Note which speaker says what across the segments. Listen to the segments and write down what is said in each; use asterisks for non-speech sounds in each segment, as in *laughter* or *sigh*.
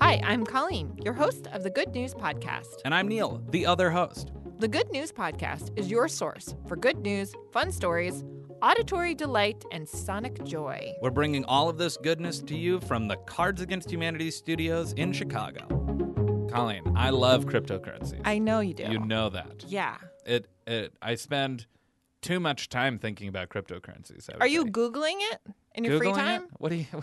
Speaker 1: Hi, I'm Colleen, your host of the Good News Podcast.
Speaker 2: And I'm Neil, the other host.
Speaker 1: The Good News Podcast is your source for good news, fun stories, auditory delight, and sonic joy.
Speaker 2: We're bringing all of this goodness to you from the Cards Against Humanity studios in Chicago. Colleen, I love cryptocurrency.
Speaker 1: I know you do.
Speaker 2: you know that.
Speaker 1: Yeah.
Speaker 2: It, it. I spend too much time thinking about cryptocurrencies. I would
Speaker 1: Are you
Speaker 2: say.
Speaker 1: Googling it in your free
Speaker 2: Googling it?
Speaker 1: time?
Speaker 2: What do you *laughs*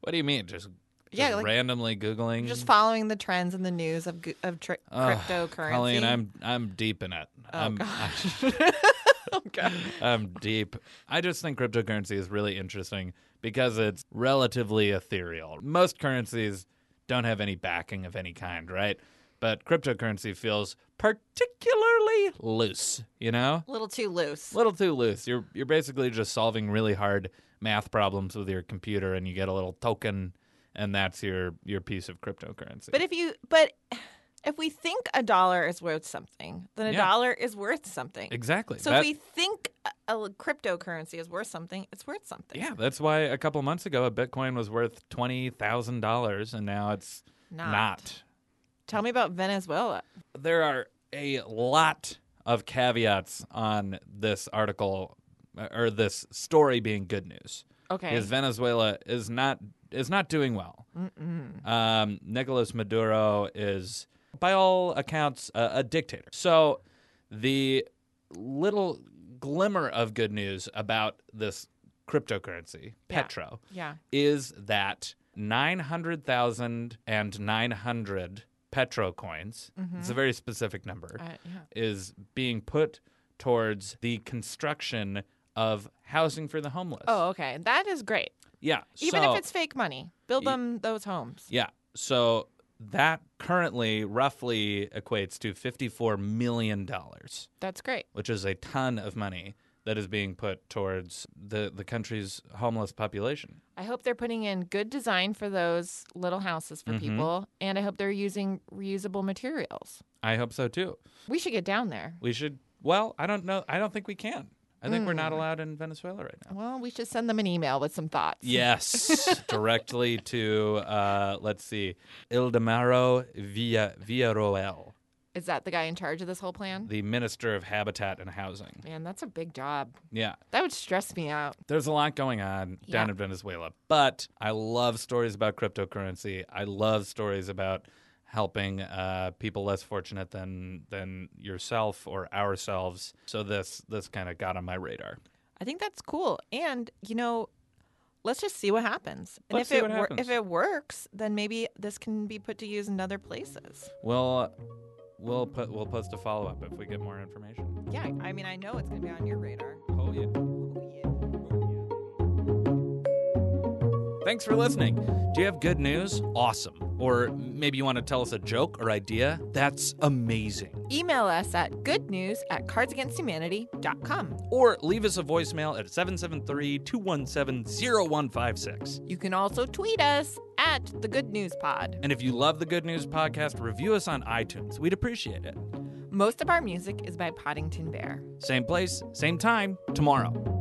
Speaker 2: What do you mean? Just,
Speaker 1: Yeah,
Speaker 2: just
Speaker 1: like-
Speaker 2: randomly googling.
Speaker 1: You're just following the trends and the news of, gu- of tri-
Speaker 2: Mm. Ugh,
Speaker 1: cryptocurrency. *laughs*
Speaker 2: Colleen, I'm I'm deep in it.
Speaker 1: Oh,
Speaker 2: I'm,
Speaker 1: gosh. oh,
Speaker 2: *laughs*
Speaker 1: God.
Speaker 2: I'm um, deep. I just think cryptocurrency is really interesting because it's relatively ethereal. Most currencies don't have any backing of any kind, right? But cryptocurrency feels particularly loose, you know?
Speaker 1: A little too loose.
Speaker 2: A little too loose. You're you're basically just solving really hard math problems with your computer and you get a little token and that's your your piece of cryptocurrency.
Speaker 1: But if you, but if we think a dollar is worth something, then a
Speaker 2: Yeah.
Speaker 1: dollar is worth something.
Speaker 2: exactly.
Speaker 1: So
Speaker 2: That-
Speaker 1: if we think a, a cryptocurrency is worth something, it's worth something.
Speaker 2: Yeah, that's why a couple months ago a Bitcoin was worth twenty thousand dollars, and now it's
Speaker 1: Not.
Speaker 2: not.
Speaker 1: Tell me about Venezuela.
Speaker 2: There are a lot of caveats on this article uh, or this story being good news.
Speaker 1: Okay.
Speaker 2: Because Venezuela is not is not doing well.
Speaker 1: Mm-mm.
Speaker 2: Um, Nicolas Maduro is, by all accounts, a, a dictator. So the little glimmer of good news about this cryptocurrency,
Speaker 1: Yeah.
Speaker 2: Petro,
Speaker 1: Yeah.
Speaker 2: is that 900,000 and 900 petro coins,
Speaker 1: Mm-hmm.
Speaker 2: it's a very specific number,
Speaker 1: I- yeah.
Speaker 2: is being put towards the construction of housing for the homeless.
Speaker 1: Oh, okay. That is great.
Speaker 2: yeah.
Speaker 1: Even
Speaker 2: so,
Speaker 1: if it's fake money, build
Speaker 2: Y-
Speaker 1: them those homes.
Speaker 2: Yeah. So that currently roughly equates to $54 million,
Speaker 1: That's great.
Speaker 2: which is a ton of money that is being put towards the, the country's homeless population.
Speaker 1: I hope they're putting in good design for those little houses for
Speaker 2: Mhm.
Speaker 1: people, and I hope they're using reusable materials.
Speaker 2: I hope so too.
Speaker 1: We should get down there.
Speaker 2: We should. Well, I don't know. I don't think we can. I think we're not
Speaker 1: Mm.
Speaker 2: allowed in Venezuela right now.
Speaker 1: Well, we should send them an email with some thoughts.
Speaker 2: Yes, directly to uh, let's see, Ildemaro Villa Villarroel,
Speaker 1: Is that the guy in charge of this whole plan?
Speaker 2: the Minister of Habitat and Housing.
Speaker 1: Man, that's a big job.
Speaker 2: Yeah,
Speaker 1: That would stress me out.
Speaker 2: there's a lot going on down
Speaker 1: Yeah.
Speaker 2: in Venezuela, but I love stories about cryptocurrency. I love stories about helping uh, people less fortunate than than yourself or ourselves. So this this kind of got on my radar.
Speaker 1: I think that's cool. And, you know, let's just see what happens. And
Speaker 2: Let's
Speaker 1: if
Speaker 2: see
Speaker 1: it
Speaker 2: what
Speaker 1: wor-
Speaker 2: happens.
Speaker 1: if it works, then maybe this can be put to use in other places.
Speaker 2: We'll we'll put we'll post a follow up if we get more information.
Speaker 1: Yeah, I mean, I know it's going to be on your radar.
Speaker 2: Oh yeah.
Speaker 1: Oh, yeah.
Speaker 2: Thanks for listening. Do you have good news? Awesome. Or maybe you want to tell us a joke or idea? That's amazing.
Speaker 1: Email us at goodnews at cardsagainsthumanity.com.
Speaker 2: Or leave us a voicemail at 773 217 0156.
Speaker 1: You can also tweet us at the Good News Pod.
Speaker 2: And if you love the Good News Podcast, review us on iTunes. We'd appreciate it.
Speaker 1: Most of our music is by Poddington Bear.
Speaker 2: Same place, same time, tomorrow.